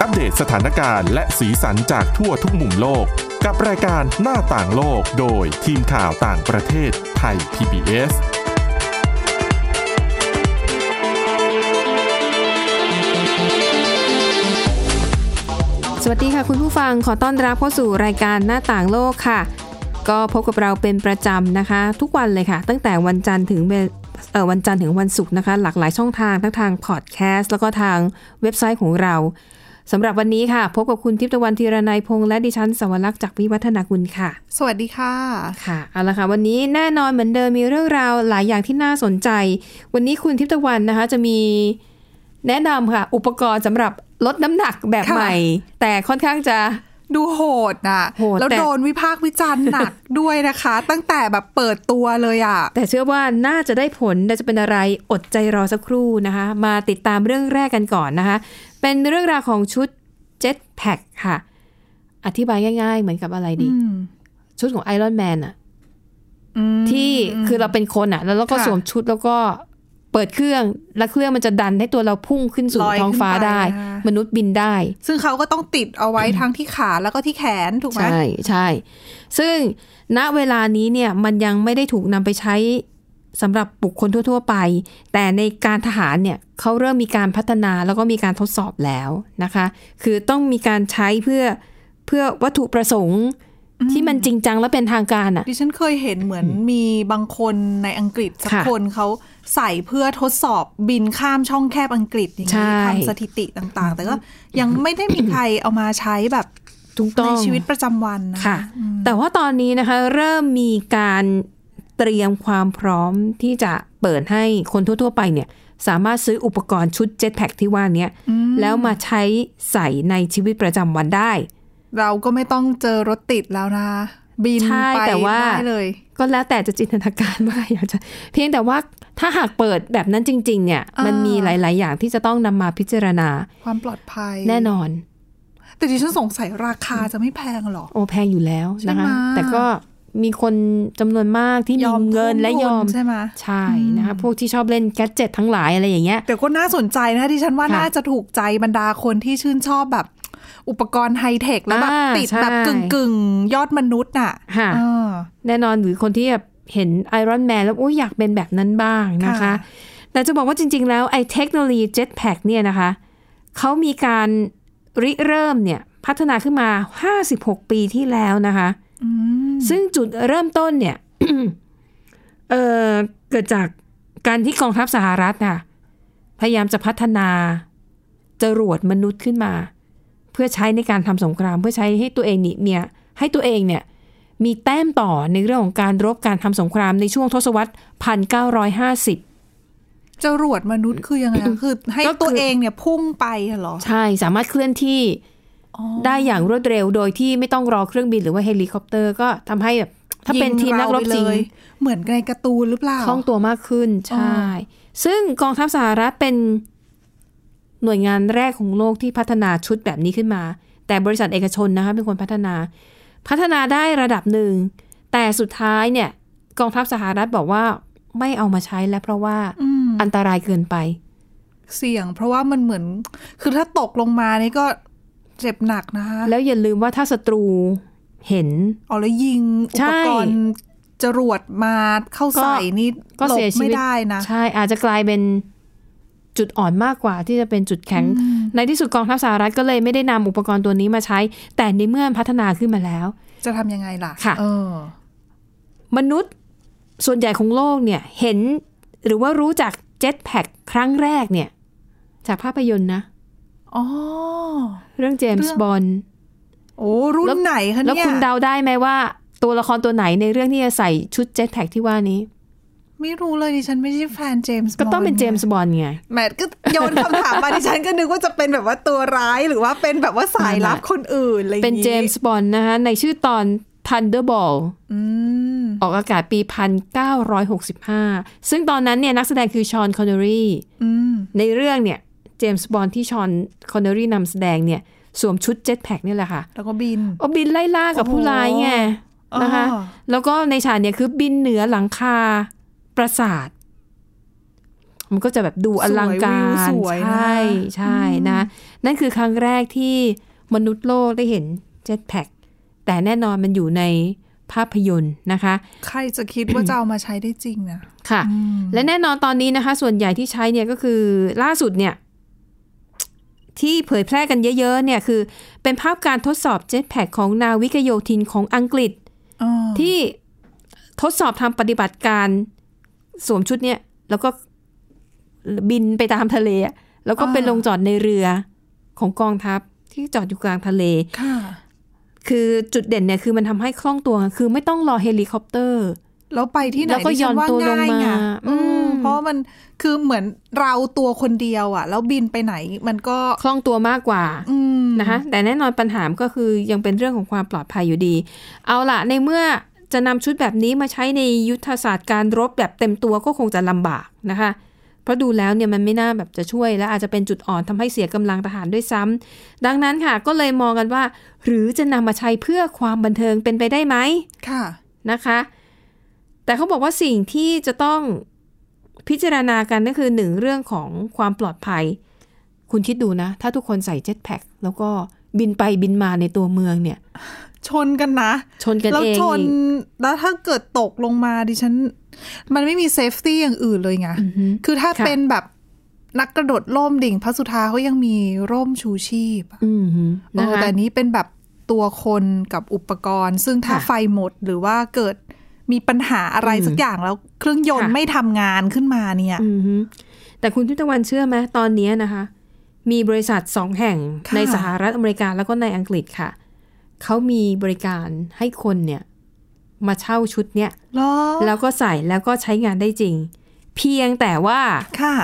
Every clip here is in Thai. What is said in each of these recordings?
ปเดตสถานการณ์และสีสันจากทั่วทุกมุมโลก กับรายการหน้าต่างโลกโดยทีมข่าวต่างประเทศไทย PBS สวัสดีค่ะคุณผู้ฟังขอต้อนรับเข้าสู่รายการหน้าต่างโลกค่ะ ก็พบกับเราเป็นประจำนะคะ ทุกวันเลยค่ะ ตั้งแต่วันจันทร์ถึงเวเอ่อวันจันทร์ถึงวันศุกร์นะคะ หลากหลายช่องทางทั้งทางพอดแคสต์แล้วก็ทางเว็บไซต์ของเราสำหรับวันนี้ค่ะ พบกับคุณทิพย์ตะวันธีรนัยพงษ์และดิฉันสวรักษ์จากวิวัฒนาคุณค่ะ สวัสดีค่ะ ค่ะเอาละค่ะ วันนี้แน่นอนเหมือนเดิมมีเรื่องราวหลายอย่างที่น่าสนใจ วันนี้คุณทิพย์ตะวันนะคะ จะมีแนะนำค่ะ อุปกรณ์สำหรับลดน้ำหนักแบบ ค่ะ ใหม่ แต่ค่อนข้างจะ ดูโหดน่ะ โหด แล้ว แต่ โดนวิพากษ์วิจารณ์หนัก ด้วยนะคะ ตั้งแต่แบบเปิดตัวเลยอ่ะ แต่เชื่อว่าน่าจะได้ผลแต่จะเป็นอะไรอดใจรอสักครู่นะคะ มาติดตามเรื่องแรกกันก่อนนะคะ เป็นเรื่องราวของชุด Jetpack ค่ะ อธิบายง่าย ๆ เหมือนกับอะไรดี อืม ชุดของ Iron Man อะ อืม ที่คือเราเป็นคนอะแล้วเราก็ ค่ะ สวมชุดแล้วก็เปิดเครื่องแล้วเครื่องมันจะดันให้ตัวเราพุ่งขึ้นสู่ ลอยขึ้น ท้องฟ้า ไป ได้ นะคะ มนุษย์บินได้ ซึ่งเขาก็ต้องติดเอาไว้ทั้งที่ขาแล้วก็ที่แขนถูกไหม ใช่ใช่ ซึ่งณเวลานี้เนี่ยมันยังไม่ได้ถูกนำไปใช้สำหรับบุคคลทั่ว ๆ ไป แต่ในการทหารเนี่ยเขาเริ่มมีการพัฒนาแล้วก็มีการทดสอบแล้วนะคะ คือต้องมีการใช้เพื่อเพื่อวัตถุประสงค์ที่มันจริงจังและเป็นทางการอ่ะ ดิฉันเคยเห็นเหมือนมีบางคนในอังกฤษสัก ค่ะ คนเขาใส่เพื่อทดสอบบินข้ามช่องแคบอังกฤษอย่าง ใช่ นี้ทำสถิติต่างๆ แต่ก็ยังไม่ได้มีใครเอามาใช้แบบ ถูกต้ ใน อง ชีวิตประจำวันนะ ค่ะ แต่ว่าตอนนี้นะคะเริ่มมีการเตรียมความพร้อมที่จะเปิดให้คนทั่ว ๆ ไปเนี่ยสามารถซื้ออุปกรณ์ชุด Jetpack ที่ว่าเนี้ยแล้วมาใช้ใส่ในชีวิตประจำวันได้ เราก็ไม่ต้องเจอรถติดแล้วนะ บิน ใช่ ไป แต่ว่า ได้เลย ก็แล้วแต่จะจินตนาการว่าอยากจะ เพียงแต่ว่าถ้าหากเปิดแบบนั้นจริง ๆ เนี่ย อ่ามั มันมีหลาย ๆ อย่างที่จะต้องนำมาพิจารณา ความปลอดภัย แน่นอน แต่ดิฉันสงสัยราคาจะไม่แพงหรอ โอแพงอยู่แล้วนะคะ ใช่ไหม แต่ก็มีคนจำนวนมากที่มีเงินและยอม ทุ่ทุนใช่ไหม ใช่นะคะพวกที่ชอบเล่นแกดเจิตทั้งหลายอะไรอย่างเงี้ย แต่ก็น่าสนใจนะดิฉันว่า ค่ะ น่าจะถูกใจบรรดาคนที่ชื่นชอบแบบ อุปกรณ์ไฮเทคแล้วแบบ อ่า ติด ใช่ แบบกึ่งกึ่งๆยอดมนุษย์น่ะ ค่ะ เออ แน่นอนหรือคนที่แบบเห็นไอรอนแมนแล้วโอ้ยอยากเป็นแบบนั้นบ้างนะคะ ค่ะ แต่จะบอกว่าจริง ๆ แล้วไอเทคโนโลยีเจ็ตแพคเนี่ยนะคะ เขามีการริเริ่มเนี่ยพัฒนาขึ้นมา 56 ปีที่แล้วนะคะ ซึ่งจุดเริ่มต้นเนี่ย เอ่อเกิดจากการที่กองทัพสหรัฐน่ะพยายามจะพัฒนาจรวดมนุษย์ขึ้นมา เพื่อใช้ในการทำสงคราม เพื่อใช้ให้ตัวเองนี่เนี่ย ให้ตัวเองเนี่ย มีแต้มต่อในเรื่องของการรบการทำสงครามในช่วงทศวรรษ 1950 จรวดมนุษย์คือยังไงอะคือให้ ก็คือ ตัวเองเนี่ยพุ่งไปเหรอ ใช่สามารถเคลื่อนที่ อ๋อ ได้อย่างรวดเร็วโดยที่ไม่ต้องรอเครื่องบินหรือว่าเฮลิคอปเตอร์ก็ทำให้แบบถ้าเป็นทีมนักรบจริง ยิเาไปเลยเหมือนในการ์ตูนหรือเปล่า คล่องตัวมากขึ้นใช่ อ๋ ซึ่งกองทัพสหรัฐเป็นหน่วยงานแรกของโลกที่พัฒนาชุดแบบนี้ขึ้นมา แต่บริษัทเอกชนนะคะเป็นคนพัฒนา พัฒนาได้ระดับหนึ่ง แต่สุดท้ายเนี่ย กองทัพสหรัฐบอกว่าไม่เอามาใช้แล้วเพราะว่า อืม อันตรายเกินไป เสี่ยง เพราะว่ามันเหมือน คือถ้าตกลงมานี่ก็เจ็บหนักนะคะ แล้วอย่าลืมว่าถ้าศัตรูเห็น เอาแล้วยิง อุ ใช่ ปกรณ์จรวดมาเข้าใส่นี่ ก็เสีย หลบ ชีวิต ไม่ได้นะ ใช่อาจจะกลายเป็นจุดอ่อนมากกว่าที่จะเป็นจุดแข็ง ในที่สุดกองทัพสหรัฐก็เลยไม่ได้นำอุปกรณ์ตัวนี้มาใช้ แต่ในเมื่อพัฒนาขึ้นมาแล้ว จะทำยังไงล่ะ ค่ะ เออ มนุษย์ส่วนใหญ่ของโลกเนี่ยเห็นหรือว่ารู้จักเจ็ตแพคครั้งแรกเนี่ย จากภาพยนตร์นะ อ๋อ เรื่องเจม เรื่ ส์ อง บอล โอ้รุ่นไหนคะ แล้ว เนี่ย คุณเดาได้ไหมว่า ตัวละครตัวไหนในเรื่องที่จะใส่ชุดเจ็ตแพคที่ว่านี้ ไม่รู้เลยดิฉันไม่ใช่แฟนเจมส์ ก็ต้องเป็นเจมส์บอลไง แหมก็โยนคำถามมา ดิฉันก็นึกว่าจะเป็นแบบว่าตัวร้ายหรือว่าเป็นแบบว่าสายลับคนอื่นอะไรอย่าง เป็น งี้ เจมส์บอลนะคะในชื่อตอน Thunderball อืม ออกอากาศปี 1965 ซึ่งตอนนั้นเนี่ยนักแสดงคือชอนคอนเนอรี อืม ในเรื่องเนี่ยเจมส์บอลที่ชอนคอนเนอรีนำแสดงเนี่ยสวมชุดเจ็ตแพคนี่แหละค่ะ แล้วก็บิน โอบินไล่ล่ากับ โอ้โห ผู้ร้ายไงนะคะ อ่า แล้วก็ในฉากเนี่ยคือบินเหนือหลังคาปราสาท มันก็จะแบบดูอลังการ สวยวิวสวยนะ ใช่ใช่นะ นั่นคือครั้งแรกที่มนุษย์โลกได้เห็นเจ็ตแพ็กแต่แน่นอนมันอยู่ในภาพยนตร์นะคะ ใครจะคิด ว่าจะเอามาใช้ได้จริงนะ ค่ะ และแน่นอนตอนนี้นะคะ ส่วนใหญ่ที่ใช้เนี่ยก็คือล่าสุดเนี่ย ที่เผยแพร่กันเยอะ ๆ เนี่ยคือ เป็นภาพการทดสอบเจ็ตแพคของนาวิกโยธินของอังกฤษ อ๋อ ที่ทดสอบทำปฏิบัติการสวมชุดเนี่ย แล้วก็บินไปตามทะเลอะแล้วก็ไปลงจอดในเรือของกองทัพที่จอดอยู่กลางทะเล ค่ะ คือจุดเด่นเนี่ยคือมันทำให้คล่องตัว คือไม่ต้องรอเฮลิคอปเตอร์ แล้วไปที่ไหน แล้วก็ ดิฉัย้อว่านตัวลง ง่ายไง มา อืม อืม เพราะมันคือเหมือนเราตัวคนเดียวอ่ะ แล้วบินไปไหนมันก็ คล่องตัวมากกว่า อืม นะคะแต่แน่นอนปัญหาก็คือยังเป็นเรื่องของความปลอดภัยอยู่ดี เอาล่ะ ในเมื่อจะนำชุดแบบนี้มาใช้ในยุทธศาสตร์การรบแบบเต็มตัวก็คงจะลำบากนะคะ เพราะดูแล้วเนี่ยมันไม่น่าแบบจะช่วยและอาจจะเป็นจุดอ่อนทำให้เสียกำลังทหารด้วยซ้ำดังนั้นค่ะก็เลยมองกันว่า หรือจะนำมาใช้เพื่อความบันเทิงเป็นไปได้ไหม ค่ะ นะคะ แต่เขาบอกว่าสิ่งที่จะต้องพิจารณากันก็คือหนึ่งเรื่องของความปลอดภัย คุณคิดดูนะ ถ้าทุกคนใส่เจ็ตแพ็คแล้วก็บินไปบินมาในตัวเมืองเนี่ย ชนกันนะ ชนกัน แล้ว เอง ชน อีก แล้วถ้าเกิดตกลงมาดิฉัน มันไม่มีเซฟตี้อย่างอื่นเลยไง คือถ้า ค่ะ เป็นแบบนักกระโดดร่มดิ่งพระสุธาเขายังมีร่มชูชีพอะ อืมฮึนะ เออ คะ แต่นี้เป็นแบบตัวคนกับอุปกรณ์ ซึ่งถ้า ค่ะ ไฟหมดหรือว่าเกิดมีปัญหาอะไร อืม สักอย่างแล้วเครื่องยนต์ ค่ะ ไม่ทำงานขึ้นมาเนี่ย อืมฮึแต่คุณทิพย์ตะวันเชื่อไหมตอนเนี้ยนะคะ มีบริษัทสองแห่ง ค่ะ ในสหรัฐอเมริกาแล้วก็ในอังกฤษค่ะ เขามีบริการให้คนเนี่ยมาเช่าชุดเนี่ย เหรอ แล้วก็ใส่แล้วก็ใช้งานได้จริง เพียงแต่ว่า ค่ะ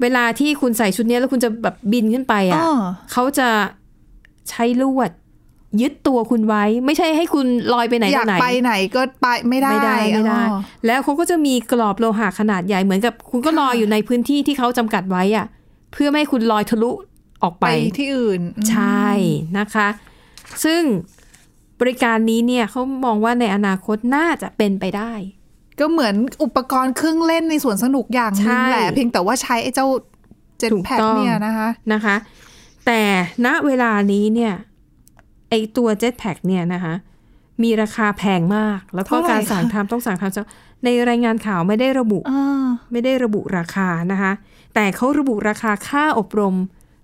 เวลาที่คุณใส่ชุดเนี้ยแล้วคุณจะแบบบินขึ้นไปอ่ะ อ้อ เขาจะใช้ลวด ยึดตัวคุณไว้ ไม่ใช่ให้คุณลอยไปไหน อยา ต่อกไหน ไปไหนก็ไปไม่ได้ ไม่ได้ไม่ได้ อ๋อ แล้วเขาก็จะมีกรอบโลหะขนาดใหญ่เหมือนกับ คุณก็ลอยอยู่ในพื้นที่ที่เขาจำกัดไว้อ่ะ เพื่อไม่ให้คุณลอยทะลุออก ไป ไป ที่อื่นอืม ใช่นะคะ ซึ่งบริการนี้เนี่ยเขามองว่าในอนาคตน่าจะเป็นไปได้ ก็เหมือนอุปกรณ์เครื่องเล่นในสวนสนุกอย่างหนึง ใช่ แหละ เพียงแต่ว่าใช้ไอ้เจ้าเจ็ต ถูก แพ็ค ต้อง เนี่ยนะคะ นะคะ แต่ณเวลานี้เนี่ยไอตัวเจ็ตแพ k เนี่ยนะคะ มีราคาแพงมาก แล้วก็ เท่าไหร่ การสั่ง คะ ทำต้องสั่งทำจากในรายงานข่าวไม่ได้ระบุ อ่า ไม่ได้ระบุราคานะคะ แต่เขาระบุราคาค่าอบรม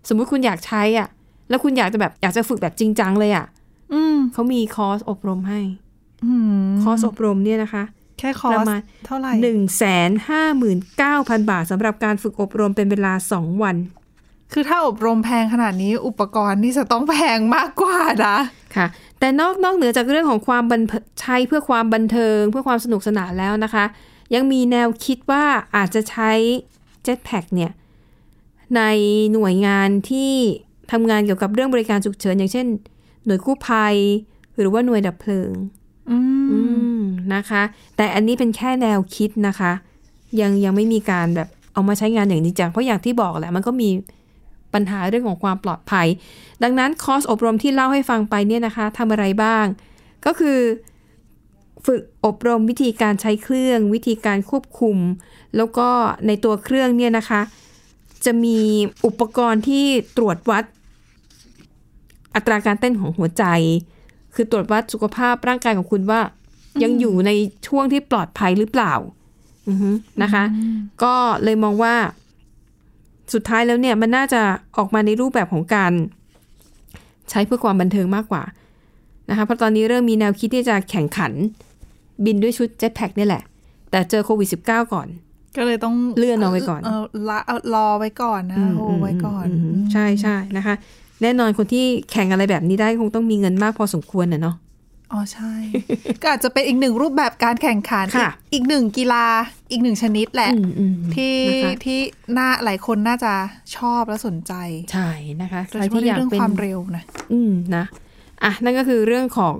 สมมุติคุณอยากใช้อ่ะ แล้วคุณอยากจะแบบอยากจะฝึกแบบจริงจังเลยอ่ะ อืม เขามีคอร์สอบรมให้ อืม คอร์สอบรมเนี่ยนะคะ แค่คอร์ ป ส ระมาณ เท่าไหร่ หนึ่งแสนห้าหมื่นเก้าพันบาทสำหรับการฝึกอบรมเป็นเวลาสองวัน คือถ้าอบรมแพงขนาดนี้อุปกรณ์นี่จะต้องแพงมากกว่านะ ค่ะแต่นอกนอกเหนือจากเรื่องของความบันเทิงใช้เพื่อความบันเทิง เพื่อความสนุกสนานแล้วนะคะ ยังมีแนวคิดว่าอาจจะใช้ Jetpack เนี่ยในหน่วยงานที่ทำงานเกี่ยวกับเรื่องบริการฉุกเฉิน อย่างเช่น หน่วยกู้ภัย หรือว่าหน่วยดับเพลิง อืม อืมนะคะ แต่อันนี้เป็นแค่แนวคิดนะคะ ยังยังไม่มีการแบบเอามาใช้งานอย่างจริงจังเพราะอย่างที่บอกแหละมันก็มีปัญหาเรื่องของความปลอดภัย ดังนั้นคอร์สอบรมที่เล่าให้ฟังไปเนี่ยนะคะทำอะไรบ้าง ก็คือฝึกอบรมวิธีการใช้เครื่อง วิธีการควบคุม แล้วก็ในตัวเครื่องเนี่ยนะคะ จะมีอุปกรณ์ที่ตรวจวัด อัตราการเต้นของหัวใจ คือตรวจวัดสุขภาพร่างกายของคุณว่า ยังอยู่ในช่วงที่ปลอดภัยหรือเปล่าอือฮึนะคะ ก็เลยมองว่าสุดท้ายแล้วเนี่ยมันน่าจะออกมาในรูปแบบของการ ใช้เพื่อความบันเทิงมากกว่านะคะเพราะตอนนี้เริ่มมีแนวคิดที่จะแข่งขัน บินด้วยชุดเจ็ตแพ็กนี่ยแหละ แต่เจอโควิด -19 ก่อน ก็เลยต้อง เลื่อนเอาไว้ก่อน เอละเอารอไว้ก่อนนะโฮไว้ก่อน มใช่ใช่นะคะ แน่นอนคนที่แข่งอะไรแบบนี้ได้คงต้องมีเงินมากพอสมควรนะเนาะ อ๋อใช่ ก็อาจจะเป็นอีกหนึ่งรูปแบบการแข่งขัน ค่ะ อีกอีกหนึ่งกีฬาอีกหนึ่งชนิดแหละ อืมอืม ที่ นะคะ ที่น่าหลายคนน่าจะชอบและสนใจ ใช่นะคะ โด ใครยเฉ ที่อพาะใน ยาก เรื่อง เป็น ความเร็วนะ อืมนะอ่ะนั่นก็คือเรื่องของ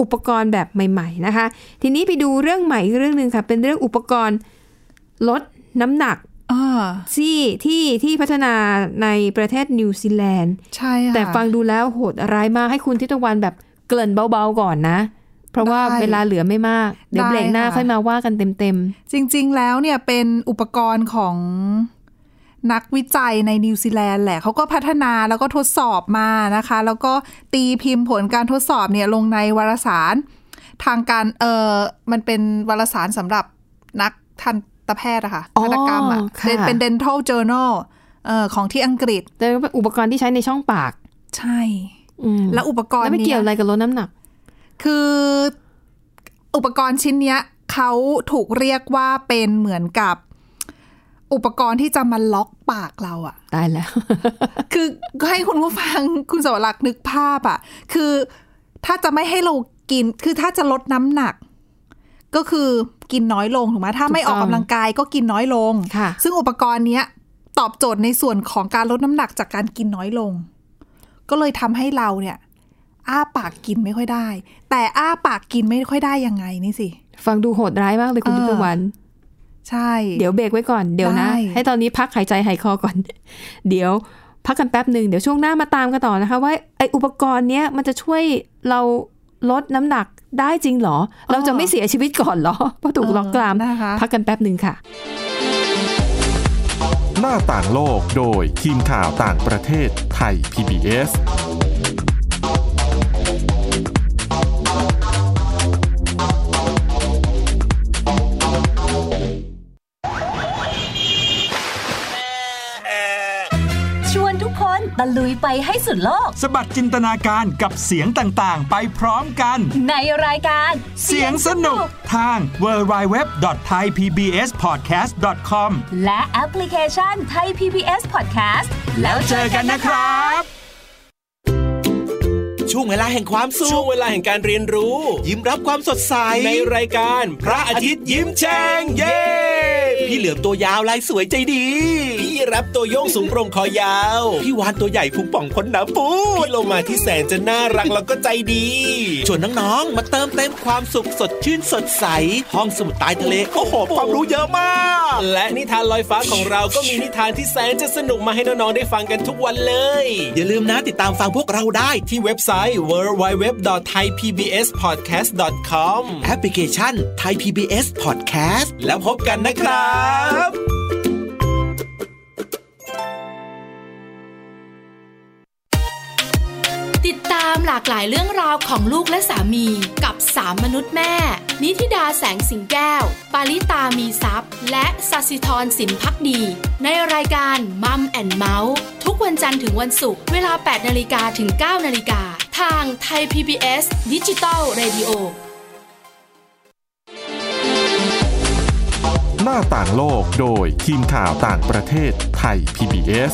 อุปกรณ์แบบใหม่ ๆ นะคะ ทีนี้ไปดูเรื่องใหม่อีกเรื่องหนึ่งค่ะ เป็นเรื่องอุปกรณ์ลดน้ำหนัก อ่า ที่ที่ที่พัฒนาในประเทศนิวซีแลนด์ ใช่ค่ะ แต่ฟังดูแล้วโหดร้ายมากให้คุณทิตวันแบบเกริ่นเบาๆก่อนนะ เพราะว่า ได้ เวลาเหลือไม่มาก เดี๋ยว ได้ เบรกหน้า ค่ะ ค่อยมาว่ากันเต็ม จริงๆ แล้วเนี่ยเป็นอุปกรณ์ของนักวิจัยในนิวซีแลนด์แหละเขาก็พัฒนาแล้วก็ทดสอบมานะคะ แล้วก็ตีพิมพ์ผลการทดสอบเนี่ยลงในวารสาร ทางการเออมันเป็นวารสารสำหรับนักทันตแพทย์อะค่ะ อ๋อ ทันตกรรมอะ ค่ะ เป็นเป็น dental journal เอ่อของที่อังกฤษ ๆ แต่ว่าเป็นอุปกรณ์ที่ใช้ในช่องปาก ใช่ อืม แล้วอุปกร แล้ ณ์ วไม่ นี้ เกี่ยวอะไรกับลดน้ำหนัก คืออุปกรณ์ชิ้นเนี้ยเขาถูกเรียกว่าเป็นเหมือนกับอุปกรณ์ที่จะมาล็อกปากเราอะ ตายแล้ว คือให้คุณผู้ฟังคุณสวรักษ์นึกภาพอะคือถ้าจะไม่ให้เรากิน คือถ้าจะลดน้ำหนัก ก็คือกินน้อยลงถูกไหมถ้าไม่ ถู อก ต้ อ อง กกำลังกายก็กินน้อยลง ค่ะ ซึ่งอุปกรณ์เนี้ยตอบโจทย์ในส่วนของการลดน้ำหนักจากการกินน้อยลง ก็เลยทำให้เราเนี่ย อ้าปากกินไม่ค่อยได้ แต่อ้าปากกินไม่ค่อยได้ยังไงนี่สิ ฟังดูโหดร้ายมากเลยคุณ เออ ทิพวรรณ ใช่ เดี๋ยวเบรกไว้ก่อนเดี๋ยวนะ ได้ ให้ตอนนี้พักหายใจหายคอก่อน เดี๋ยวพักกันแป๊บหนึ่งเดี๋ยวช่วงหน้ามาตามกันต่อนะคะ ว่าไออุปกรณ์เนี้ยมันจะช่วยเราลดน้ำหนักได้จริงเหรอ เราจะไม่เสียชีวิตก่อนเหรอ เพราะถูกล็อกกราม นะคะ พักกันแป๊บหนึ่งค่ะ หน้าต่างโลกโดยทีมข่าวต่างประเทศไทย PBS ชวนทุกคนตะลุยไปให้สุดโลก สะบัดจินตนาการกับเสียงต่าง ๆ ไปพร้อมกัน ในรายการ เสียงสนุกทาง www.thaipbspodcast.com และแอปพลิเคชันไทย PBS Podcast แล้วเจอกันนะครับ บ ช่วงเวลาแห่งความสุ ช่วง ข เวลาแห่งการเรียนรู้ ยิ้มรับความสดใส ในรายการพระอาทิตย์ยิ้มแฉ่งเย้ พี่เหลือมตัวยาวลายสวยใจดี พี่รับตัวโยงสูงโปร่งคอยาว พี่วานตัวใหญ่พุงป่องพ้นหนามปู พี่ ด โลมาที่แสนจะน่ารักแล้วก็ใจดี ชวนน้องๆมาเติมเต็มความสุขสดชื่นสดใส ห้องสมุดใต้ทะเลโอ้โหความรู้เยอะมาก และนิทานลอยฟ้าของเราก็มีนิทานที่แสนจะสนุกมาให้น้อง ๆ ได้ฟังกันทุกวันเลย อย่าลืมนะติดตามฟังพวกเราได้ที่ ที่เว็บไซต์ www.thaipbspodcast.com แอปพลิเคชันไทย PBS Podcast แล้วพบกันนะครับ ติดตามหลากหลายเรื่องราวของลูกและสามีกับสามมนุษย์แม่ นิธิดาแสงสิงแก้ว ปาริตามีซัพย์ และสัสิธรสินพักดี ในรายการมัมแอนเมาส์ทุกวันจันทร์ถึงวันศุกร์เวลา 8นาฬิกาถึง 9นาฬิกาทางไทย PBS ดิจิตอล Radio หน้าต่างโลกโดยทีมข่าวต่างประเทศไทย PBS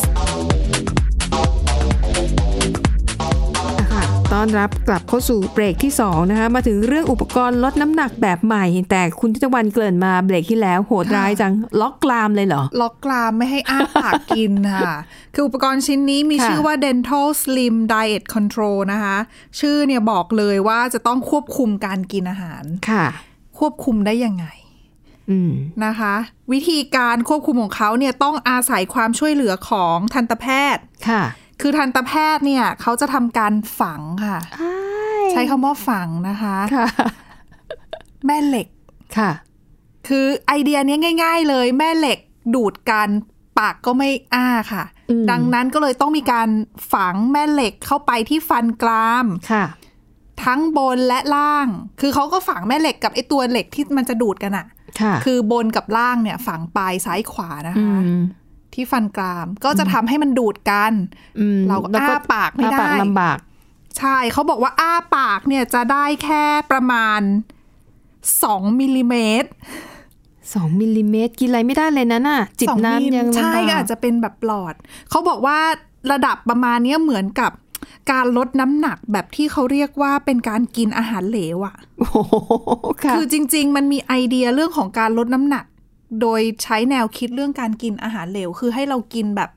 ค่ะต้อนรับกลับเข้าสู่เบรกที่สองนะคะ มาถึงเรื่องอุปกรณ์ลดน้ำหนักแบบใหม่ แต่คุณทิตวันเกริ่นมาเบรกที่แล้วโหดร้ายจัง ล็อกกลามเลยเหรอ ล็อกกรามไม่ให้อ้าปากกิน ค่ะ คืออุปกรณ์ชิ้นนี้มี ค่ะ ชื่อว่า Dental Slim Diet Control นะคะ ชื่อเนี่ยบอกเลยว่าจะต้องควบคุมการกินอาหาร ค่ะ ควบคุมได้ยังไง อืม นะคะ วิธีการควบคุมของเขาเนี่ยต้องอาศัยความช่วยเหลือของทันตแพทย์ ค่ะ คือทันตแพทย์เนี่ยเขาจะทำการฝังค่ะ ใช้คำว่าฝังนะคะ ค่ะ แม่เหล็ก ค่ะ คือไอเดียเนี้ยง่าย ๆ เลยแม่เหล็กดูดกันปากก็ไม่อ้าค่ะ อืม ดังนั้นก็เลยต้องมีการฝังแม่เหล็กเข้าไปที่ฟันกราม ค่ะ ทั้งบนและล่าง คือเขาก็ฝังแม่เหล็กกับไอตัวเหล็กที่มันจะดูดกันอะ ค่ะ คือบนกับล่างเนี่ยฝังปลายซ้ายขวานะ อื คะ ม ที่ฟันกรามก็จะทำให้มันดูดกัน อืม เราก็ แล้ว อ้าปากไม่ได้ อ้ปากลำบาก ใช่เขาบอกว่าอ้าปากเนี่ยจะได้แค่ประมาณ 2มิลลิเมตร 2มิลลิเมตรกินอะไรไม่ได้เลยนะน่ะ จิบ สอง น้ำยังลำบาก ใช่ก็อาจจะเป็นแบบหลอด เขาบอกว่าระดับประมาณเนี้ยเหมือนกับการลดน้ำหนักแบบที่เขาเรียกว่าเป็นการกินอาหารเหลวอะ่ะ โอ้โหค่ะ คือจริง ๆ มันมีไอเดียเรื่องของการลดน้ำหนัก โดยใช้แนวคิดเรื่องการกินอาหารเหลว คือให้เรากินแบบ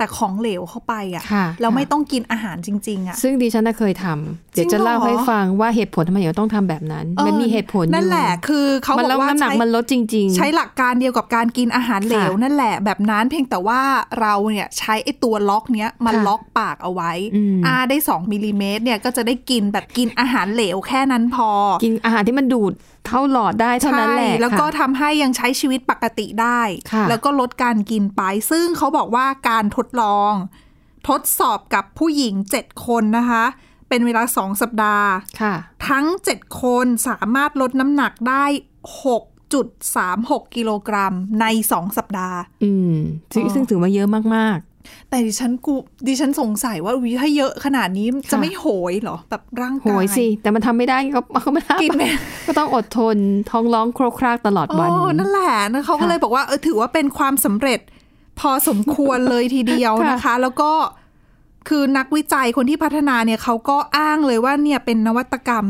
แต่ของเหลวเข้าไปอ่ะ ค่ะ แล้วไม่ต้องกินอาหารจริง ๆ อ่ะ ซึ่งดิฉันน่ะเคยทำเดี๋ยวจะ จริงเหรอ เล่าให้ฟังว่าเหตุผลทำไมถึงต้องทำแบบนั้น มันมีเหตุผลอยู่ นั่นแหละคือเขา มัน บอ ลด กว่า น้ำหนัก ใช้ มันลดจริง ๆ ใช้หลักการเดียวกับการกินอาหารเหลว ค่ะ นั่นแหละแบบนั้นเพียงแต่ว่าเราเนี่ยใช้ไอ้ตัวล็อกเนี้ยมา ค่ะ ล็อกปากเอาไว้ อืม ได้2มิลลิเมตรเนี่ยก็จะได้กินแบบกินอาหารเหลวแค่นั้นพอ กินอาหารที่มันดูดเท่าหลอดได้เท่านั้นแหละ ใช่แล้วก็ ค่ะ ทำให้ยังใช้ชีวิตปกติได้ ค่ะ แล้วก็ลดการกินไป ซึ่งเขาบอกว่าการทดลอง ทดสอบกับผู้หญิง 7 คนนะคะ เป็นเวลา 2 สัปดาห์ ค่ะ ทั้ง 7 คนสามารถลดน้ำหนักได้ 6.36 กิโลกรัมใน 2 สัปดาห์ อืมซึ่งซึ่งถือว่าเยอะมาก แต่ดิฉันกูดิฉันสงสัยว่าอุ๊ยถ้าเยอะขนาดนี้จะ ค่ะ ไม่โหยเหรอ แบบร่าง ๆ โห กาย ยสิ แต่มันทำไม่ได้ไงก็ ก็ไม่ได้ กินไหม ก็ต้องอดทนท้องร้องโครกครากตลอด อ๋ วัน อนั่นแหละนะเขาก็เลยบอกว่าเออถือว่าเป็นความสำเร็จ พอสมควรเลยทีเดียว ค่ะ นะคะ แล้วก็คือนักวิจัยคนที่พัฒนาเนี่ยเขาก็อ้างเลยว่าเนี่ยเป็นนวัตกรรม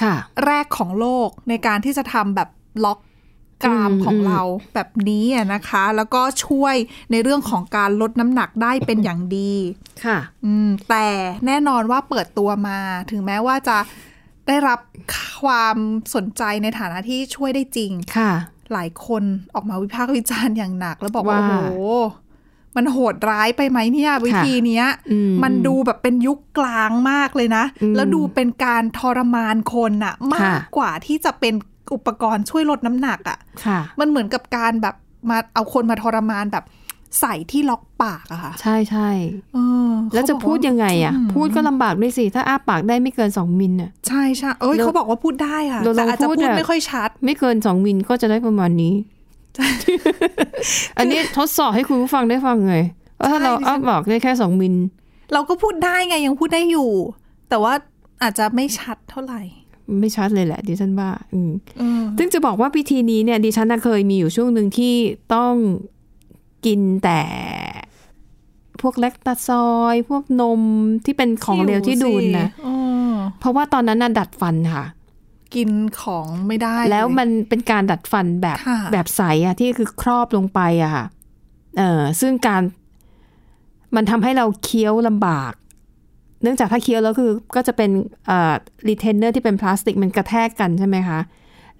ค่ะ แรกของโลกในการที่จะทำแบบล็อกกราม อืม ของ อืม เราแบบนี้อะนะคะ แล้วก็ช่วยในเรื่องของการลดน้ำหนักได้เป็นอย่างดี ค่ะ อืมแต่แน่นอนว่าเปิดตัวมา ถึงแม้ว่าจะได้รับความสนใจในฐานะที่ช่วยได้จริง ค่ะ หลายคนออกมาวิพากษ์วิจารณ์อย่างหนัก แล้วบอกว่า ว่า โอ้โห มันโหดร้ายไปไหมเนี่ย วิธีเนี้ย อืม มันดูแบบเป็นยุคกลางมากเลยนะ อืม แล้วดูเป็นการทรมานคนอะมาก ค่ะ กว่าที่จะเป็นอุปกรณ์ช่วยลดน้ำหนักอะ ค่ะ มันเหมือนกับการแบบมาเอาคนมาทรมานแบบใส่ที่ล็อกปากอะค่ะ ใช่ใช่ เออ แล้วจะ เขาบอกา พูดยังไงอ่ะ อืม พูดก็ลำบากด้วยสิ ถ้าอ้าปากได้ไม่เกินสองมิลน่ะ ใช่ใช่เอ้ย เรา เขาบอกว่าพูดได้ค่ะ เรา แต่อาจจะ เราพู พู ด ด อะ ไม่ค่อยชัด ไม่เกินสองมิลก็จะได้ประมาณนี้ อันนี้ทดสอบให้คุณผู้ฟังได้ฟังเลยว่าถ้าเรา ใช่ดิฉัน อ้าปากได้แค่สองมิล เราก็พูดได้ไงยังพูดได้อยู่ แต่ว่าอาจจะไม่ชัดเท่าไหร่ ไม่ชัดเลยแหละดิฉันว่า อืม เออ ซึ่งจะบอกว่าวิธีนี้เนี่ยดิฉันน่ะเคยมีอยู่ช่วงหนึ่งที่ต้องกินแต่พวกแลคตาซอยพวกนมที่เป็นของเหลวที่ดูดนะ หิวสิอืม เพราะว่าตอนนั้นน่ะดัดฟันค่ะ กินของไม่ได้เย แล้วมันเป็นการดัดฟันแบบ ค่ะ แบบใสอะที่คือครอบลงไปอะค่ะเออซึ่งการมันทำให้เราเคี้ยวลำบาก เนื่องจากถ้าเคี้ยวแล้วคือก็จะเป็นเอ่อรีเทนเนอร์ที่เป็นพลาสติกมันกระแทกกันใช่ไหมคะ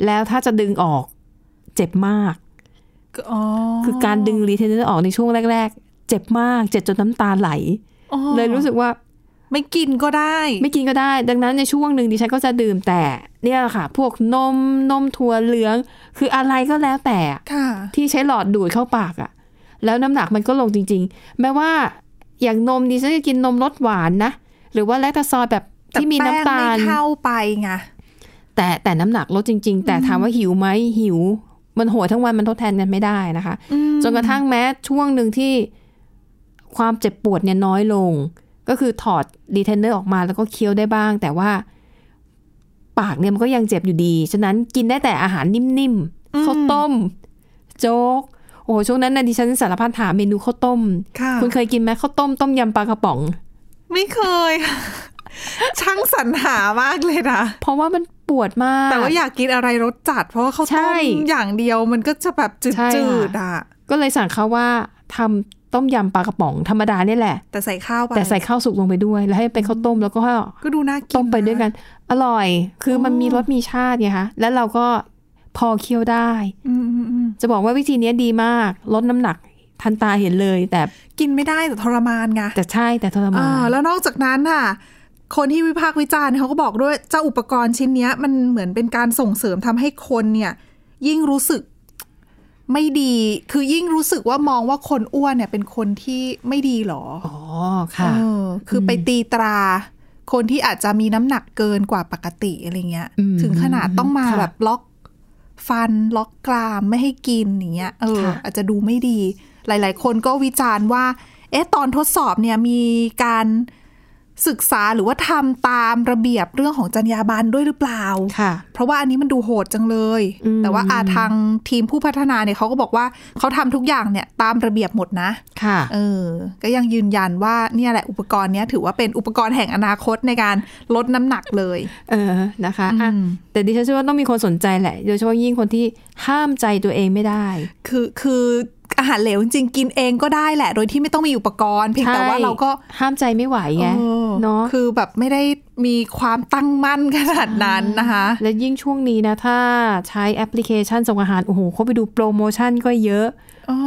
แล้วถ้าจะดึงออกเจ็บมาก ๋อ คือการดึงรีเทนเนอร์ออกในช่วงแรก ๆ เจ็บมาก เจ็บจนน้ำตาไหล อ๋อ เลยรู้สึกว่า ไม่กินก็ได้ ไม่กินก็ได้ ดังนั้นในช่วงหนึ่งดิฉันก็จะดื่มแต่ เนี่ยแหละค่ะ พวกนมนมถั่วเหลือง คืออะไรก็แล้วแต่ ค่ะ ที่ใช้หลอดดูดเข้าปากอะแล้วน้ำหนักมันก็ลงจริง ๆ แม้ว่าอย่างนมดิฉันจะกินนมรสหวานนะ หรือว่าแลคตาซอยแบบ แต่ ที่มีน้ำตาลแป้งไม่เข้าไปไง แต่แต่น้ำหนักลดจริง ๆ แต่ถามว่าหิวไหมหิว มันโหยทั้งวันมันทดแทนกันไม่ได้นะคะ อืม จนกระทั่งแม้ช่วงหนึ่งที่ความเจ็บปวดเนี่ยน้อยลง ก็คือถอดดีเทนเนอร์ออกมาแล้วก็เคี้ยวได้บ้าง แต่ว่าปากเนี่ยมันก็ยังเจ็บอยู่ดี ฉะนั้นกินได้แต่อาหารนิ่มๆข้าวต้ม โจ๊ก โอ้โหช่วงนั้นนะดิฉันสารพัดหาเมนูข้าวต้ม ค่ะ คุณเคยกินไหมข้าวต้มต้มยำปลากระป๋อง ไม่เคย ค่ะช่างสรรหามากเลยนะ เพราะว่ามันปวดมาก แต่ว่าอยากกินอะไรรสจัด เพราะว่าเขาว ใช่ ต้มอย่างเดียวมันก็จะแบบจ ใช่ ืดๆ ค่ะ อ่ะ ก็เลยสั่งเขาว่าทำต้มยำปลากระป๋องธรรมดาเนี่ยแหละ แต่ใส่ข้าวไป แต่ใส่ข้าวสุกลงไปด้วย แล้วให้เป็นข้าวต้มแล้วก็ ก็ดูน่ากิน ต้มไปด้วยกั ะ น อร่อย คืออมันมีรสมีชาติไงคะแล้วเราก็พอเคี้ยวได้ อืมอืมอืม จะบอกว่าวิธีเนี้ยดีมาก ลดน้ำหนักทันตาเห็นเลย แต่ กินไม่ได้แต่ทรมานไง แต่ใช่แต่ทรมา อ่าน แล้วนอกจากนั้นค่ะ คนที่วิพากษ์วิจารณ์เขาก็บอกด้วยเจ้าอุปกรณ์ชิ้นเนี้ย มันเหมือนเป็นการส่งเสริมทำให้คนเนี่ย ยิ่งรู้สึกไม่ดี คือยิ่งรู้สึกว่ามองว่าคนอ้วนเนี่ย เป็นคนที่ไม่ดีหรอ อ๋อ ค่ะ เออคือไปตีตรา คนที่อาจจะมีน้ำหนักเกินกว่าปกติอะไรเงี้ย อืม ถึงขนาดต้องมา ค่ะ แบบล็อกฟันล็อกกรามไม่ให้กินอย่างเงี้ยเออ ค่ะ อาจจะดูไม่ดี หลาย ๆ คนก็วิจารณ์ว่า เอ๊ะ ตอนทดสอบเนี่ยมีการศึกษาหรือว่าทำตามระเบียบเรื่องของจรรยาบรรณด้วยหรือเปล่า ค่ะ เพราะว่าอันนี้มันดูโหดจังเลย อืม แต่ว่าอาทางทีมผู้พัฒนาเนี่ยเขาก็บอกว่าเขาทำทุกอย่างเนี่ยตามระเบียบหมดนะ ค่ะ เออ ก็ยังยืนยันว่าเนี่ยแหละอุปกรณ์เนี้ยถือว่าเป็นอุปกรณ์แห่งอนาคตในการลดน้ำหนักเลย เออ นะคะอ่ะ อืม แต่ดิฉันเชื่อว่าต้องมีคนสนใจแหละ โดยเฉพาะยิ่งคนที่ห้ามใจตัวเองไม่ได้ คือคือ อาหารเหลวจริงๆกินเองก็ได้แหละ โดยที่ไม่ต้องมีอุปกรณ์ เพียงแต่ว่าเราก็ ห้ามใจไม่ไหวไง เออ เนาะ คือแบบไม่ได้มีความตั้งมั่นขนาดนั้นนะคะ และยิ่งช่วงนี้นะ ถ้าใช้แอปพลิเคชันส่งอาหาร โอ้โหเขาไปดูโปรโมชั่นก็เยอะ อ๋อ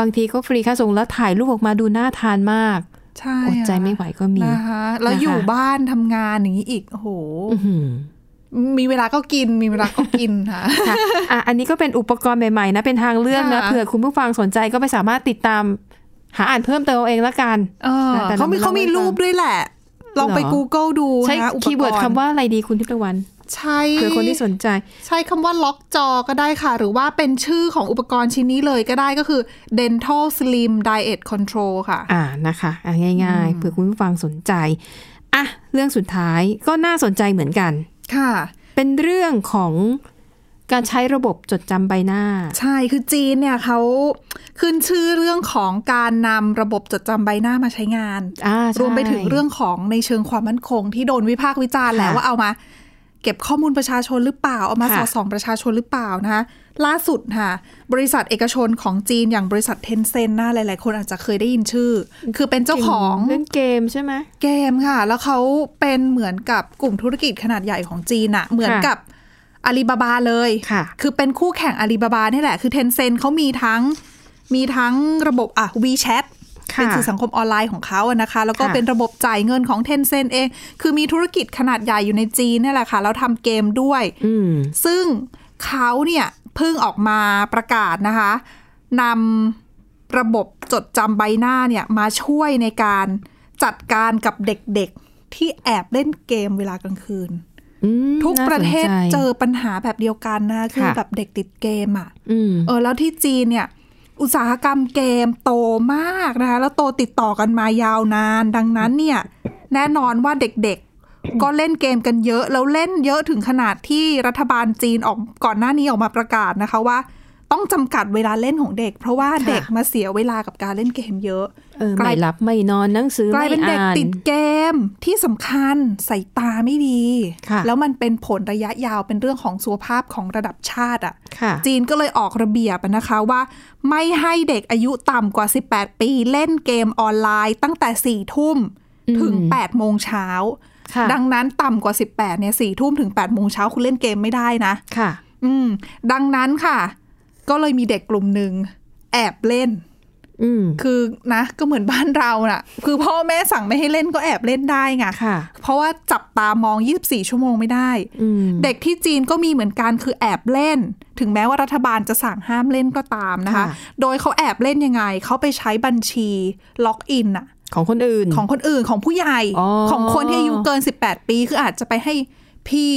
บ างทีก็ฟรีค่าส่งแล้วถ่ายรูปออกมาดูน่าทานมาก ใช่ อดใจไม่ไหวก็มี นะคะแล้วอยู่ นะคะ บ้านทำงานอย่างนี้อีกโอ้โห อื้อหือ มีเวลาก็กินมีเวลาก็กินค่ะ ค่ะอ่ะ อันนี้ก็เป็นอุปกรณ์ใหม่ ๆ นะ เป็นทางเลือกนะ ค่ะ เผื่อคุณผู้ฟังสนใจก็ไปสามารถติดตาม หาอ่านเพิ่มเติมเอาเองละกัน เออ แต่ เขามี เรา เขามี เล่าให้ รูปด้วยแหละ ลองไป เหรอ Google ดู ใช้ นะอุปกรณ์ คีย์เวิร์ดคำว่าอะไรดีคุณทิพย์ตะวัน ใช้ เผื่อคนที่สนใจ ใช้คำว่าล็อกจอก็ได้ค่ะ หรือว่าเป็นชื่อของอุปกรณ์ชิ้นนี้เลยก็ได้ก็คือ dental slim diet control ค่ะ อ่านะคะอ่ะง่าย ๆ เผื่อคุณผู้ฟังสนใจอ่ะเรื่องสุดท้ายก็น่าสนใจเหมือนกัน ค่ะ เป็นเรื่องของการใช้ระบบจดจำใบหน้า ใช่คือจีนเนี่ยเขาขึ้นชื่อเรื่องของการนำระบบจดจำใบหน้ามาใช้งาน อ่าใช่ รวมไปถึงเรื่องของในเชิงความมั่นคงที่โดนวิพากษ์วิจารณ์แหละ ค่ะ ว่าเอามา เก็บข้อมูลประชาชนหรือเปล่า เอามา ค่ะ สอดส่องประชาชนหรือเปล่านะคะล่าสุดค่ะ บริษัทเอกชนของจีนอย่างบริษัทเทนเซ็นนะหลาย ๆ คนอาจจะเคยได้ยินชื่อ คือเป็นเจ้าของ เล่นเกมใช่ไหม เกมค่ะ แล้วเขาเป็นเหมือนกับกลุ่มธุรกิจขนาดใหญ่ของจีนอะเหมือนกับอาลีบาบาเลย ค่ะ คือเป็นคู่แข่งอาลีบาบานี่แหละ คือเทนเซ็นเขามีทั้งมีทั้งระบบอ่ะ WeChat ค่ะ เป็นสื่อสังคมออนไลน์ของเขาอะนะคะ แล้วก็ ค่ะ เป็นระบบจ่ายเงินของเทนเซ็นเอง คือมีธุรกิจขนาดใหญ่อยู่ในจีนนี่แหละค่ะ แล้วทำเกมด้วย อืม ซึ่งเขาเนี่ยเพิ่งออกมาประกาศนะคะนำระบบจดจำใบหน้าเนี่ยมาช่วยในการจัดการกับเด็กๆ ที่แอบเล่นเกมเวลากลางคืน อืม ทุกประเทศ น่าสนใจ เจอปัญหาแบบเดียวกันนะคือ ค่ะ แบบเด็กติดเกมอ่ะ อืม เออแล้วที่จีนเนี่ย อุตสาหกรรมเกมโตมากนะคะ แล้วโตติดต่อกันมายาวนาน ดังนั้นเนี่ย แน่นอนว่าเด็กๆ ก็เล่นเกมกันเยอะ แล้วเล่นเยอะถึงขนาดที่รัฐบาลจีนออกก่อนหน้านี้ออกมาประกาศนะคะว่า ต้องจำกัดเวลาเล่นของเด็ก เพราะว่า ค่ะ เด็กมาเสียเวลากับการเล่นเกมเยอะ เออก ลา ไม่ ย รับไม่นอนหนังสือก ลาย ไม่ เป็นเด็ก อ่าน ติดเกมที่สำคัญสายตาไม่ดี ค่ะ แล้วมันเป็นผลระยะยาวเป็นเรื่องของสุขภาพของระดับชาติอ่ะ ค่ะ จีนก็เลยออกระเบียบอะนะคะว่าไม่ให้เด็กอายุต่ำกว่า 18 ปี เล่นเกมออนไลน์ตั้งแต่ 4 ทุ่ม อืม ถึง 8 โมงเช้า ค่ะ ดังนั้นต่ำกว่า 18 เนี่ย 4 ทุ่มถึง 8 โมงเช้าคุณเล่นเกมไม่ได้นะ ค่ะ อืม ดังนั้นค่ะ ก็เลยมีเด็กกลุ่มหนึ่งแอบเล่น อืม คือนะก็เหมือนบ้านเราน่ะ คือพ่อแม่สั่งไม่ให้เล่นก็แอบเล่นได้ไง ค่ะ เพราะว่าจับตามอง 24 ชั่วโมงไม่ได้ อืม เด็กที่จีนก็มีเหมือนกันคือแอบเล่น ถึงแม้ว่ารัฐบาลจะสั่งห้ามเล่นก็ตามนะคะ ค่ะ โดยเขาแอบเล่นยังไง เขาไปใช้บัญชีล็อกอินอะ ของคนอื่น ของคนอื่นของผู้ใหญ่ อ๋อ ของคนที่อายุเกิน 18 ปี คืออาจจะไปให้พี่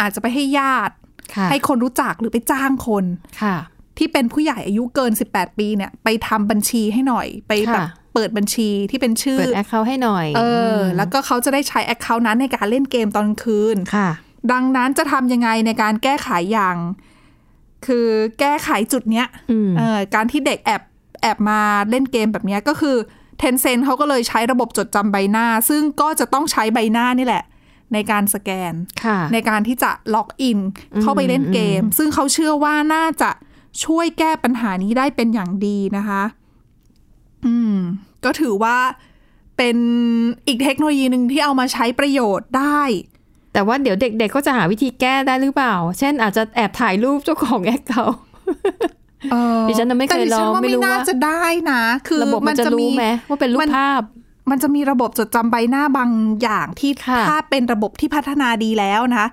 อาจจะไปให้ญาติ ค่ะ ให้คนรู้จักหรือไปจ้างคน ค่ะ ที่เป็นผู้ใหญ่อายุเกิน 18 ปีเนี่ยไปทำบัญชีให้หน่อย ไปแบบ ค่ะ เปิดบัญชีที่เป็นชื่อ เปิดแอคเคาท์ให้หน่อย เอออแล้วก็เขาจะได้ใช้แอคเคาท์นั้นในการเล่นเกมตอนกลางคืน ค่ะ ดังนั้นจะทำยังไงในการแก้ไขอย่าง คือแก้ไขจุดเนี้ย อืม เอ่อการที่เด็กแอบแอบมาเล่นเกมแบบเนี้ยก็คือเทนเซนเขาก็เลยใช้ระบบจดจำใบหน้า ซึ่งก็จะต้องใช้ใบหน้านี่แหละ ในการสแกน ค่ะ ในการที่จะล็อกอินเข้าไปเล่นเกม ซึ่งเขาเชื่อว่าน่าจะช่วยแก้ปัญหานี้ได้เป็นอย่างดีนะคะ อืม ก็ถือว่าเป็นอีกเทคโนโลยีหนึ่งที่เอามาใช้ประโยชน์ได้ แต่ว่าเดี๋ยวเด็ก ๆ ก็จะหาวิธีแก้ได้หรือเปล่า เช่นอาจจะแอบถ่ายรูปเจ้าของแอคเคาท์ เออ ดิฉันน่ะไม่เคย แต่ดิฉัน ลอง ว่า ไม่ ไม่ รู้ น่า ว่า จะได้นะ คือ ระบบมันจะรู้ไหมว่าเป็นรูป มั ภาพ มันจะมีระบบจดจำใบหน้าบางอย่างที่ ค่ะ ถ้าเป็นระบบที่พัฒนาดีแล้วนะคะ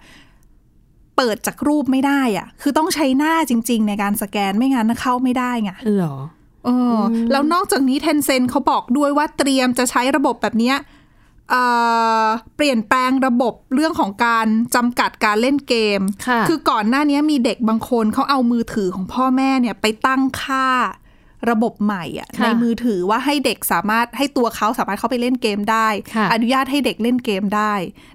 เปิดจากรูปไม่ได้อ่ะ คือต้องใช้หน้าจริง ๆ ในการสแกนไม่งั้นเข้าไม่ได้ไง เหรอ เอออแล้วนอกจากนี้เทนเซ n นเขาบอกด้วยว่าเตรียมจะใช้ระบบแบบเนี้ยเอ่อเปลี่ยนแปลงระบบเรื่องของการจำกัดการเล่นเกม ค่ะ อก่อนหน้านี้มีเด็กบางคนเขาเอามือถือของพ่อแม่เนี่ยไปตั้งค่าระบบใหม่อะ ค่ะ ในมือถือว่าให้เด็กสามารถให้ตัวเขาสามารถเข้าไปเล่นเกมได้ ค่ะ อนุญาตให้เด็กเล่นเกมได้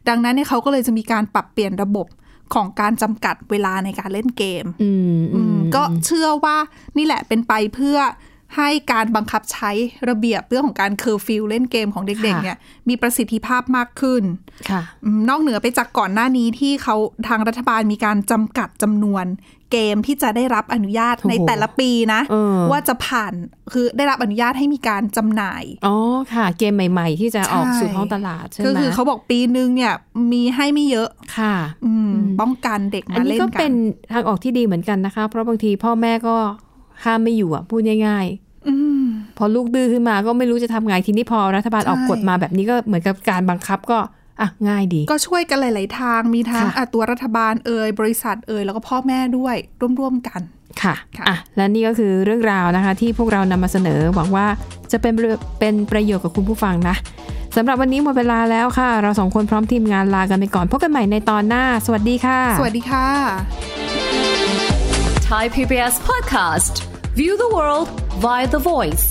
ดังนั้นเนี่ยเขาก็เลยจะมีการปรับเปลี่ยนระบบของการจำกัดเวลาในการเล่นเกม อืมอื อื ม มก็เชื่อว่านี่แหละเป็นไปเพื่อ ให้การบังคับใช้ระเบียบเรื่องของการเคอร์ฟิวเล่นเกมของเด็กๆ ค่ะ เนี่ยมีประสิทธิภาพมากขึ้น ค่ะ อืมนอกเหนือไปจากก่อนหน้านี้ที่เขาทางรัฐบาลมีการจำกัดจำนวน เกมที่จะได้รับอนุญาต โอ้โห ในแต่ละปีนะ เออ ว่าจะผ่านคือได้รับอนุญาตให้มีการจำหน่าย อ๋อค่ะ เกมใหม่ ๆ ที่จะออกสู่ ใช่ ท้องตลาดใช่ไหม ก็คือเขาบอกปีนึงเนี่ยมีให้ไม่เยอะ ค่ะ อืมป้องกันเด็ก อัน มา นี้ เล่น ก็ กั เป็น น ทางออกที่ดีเหมือนกันนะคะ เพราะบางทีพ่อแม่ก็ห้ามไม่อยู่อ่ะพูดง่าย อืม ๆ พอลูกดื้อขึ้นมาก็ไม่รู้จะทำไงทีนี้พอรัฐบาล ใช่ ออกกฎมาแบบนี้ก็เหมือนกับการบังคับก็อ่ะง่ายดี ก็ช่วยกันหลาย ๆ ทางมีทั้ง ค่ะ อ่ะตัวรัฐบาลเอ่ยบริษัทเอ่ยแล้วก็พ่อแม่ด้วยร่วม ๆ กัน ค่ะ ค่ะ อ่ะ และนี่ก็คือเรื่องราวนะคะ ที่พวกเรานำมาเสนอหวังว่าจะเป็นประโยชน์เป็นประโยชน์กับคุณผู้ฟังนะสำหรับวันนี้หมดเวลาแล้วค่ะ เราสองคนพร้อมทีมงานลากันไปก่อนพบกันใหม่ในตอนหน้า สวัสดีค่ะ สวัสดีค่ะ Thai PBS podcast. View the world via the voice.